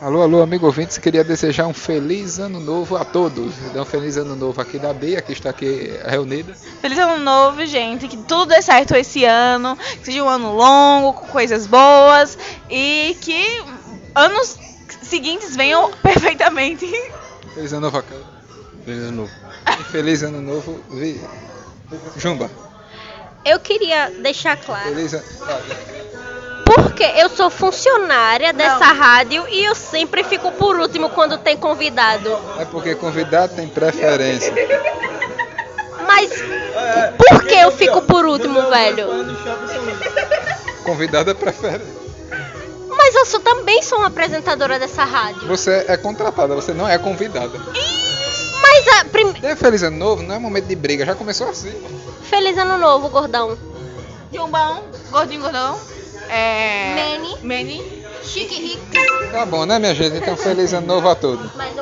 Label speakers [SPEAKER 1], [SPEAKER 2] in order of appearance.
[SPEAKER 1] Alô, alô, amigo ouvintes, queria desejar um feliz ano novo a todos. Então, feliz ano novo aqui da Bia, que está aqui reunida.
[SPEAKER 2] Feliz ano novo, gente. Que tudo dê certo esse ano. Que seja um ano longo, com coisas boas. E que anos seguintes venham perfeitamente.
[SPEAKER 1] Feliz ano novo, Acala.
[SPEAKER 3] Feliz ano novo.
[SPEAKER 1] E feliz ano novo, Vi. Jumba.
[SPEAKER 4] Eu queria deixar claro,
[SPEAKER 1] Feliz ano. Ah,
[SPEAKER 4] porque eu sou funcionária dessa
[SPEAKER 2] Não.
[SPEAKER 4] rádio e eu sempre fico por último quando tem convidado.
[SPEAKER 1] É porque convidado tem preferência.
[SPEAKER 4] Mas por que eu fico por último, velho?
[SPEAKER 1] Convidado é preferência.
[SPEAKER 4] Mas eu sou, também sou uma apresentadora dessa rádio.
[SPEAKER 1] Você é contratada, você não é convidada.
[SPEAKER 4] Mas a prim...
[SPEAKER 1] Dê feliz ano novo, não é momento de briga, já começou assim.
[SPEAKER 4] Feliz ano novo, gordão.
[SPEAKER 2] Jumbão, gordinho, gordão. É.
[SPEAKER 4] Manny.
[SPEAKER 2] Manny.
[SPEAKER 4] Chique rico.
[SPEAKER 1] Tá bom, né, minha gente? Então, feliz ano novo a todos.
[SPEAKER 4] Mas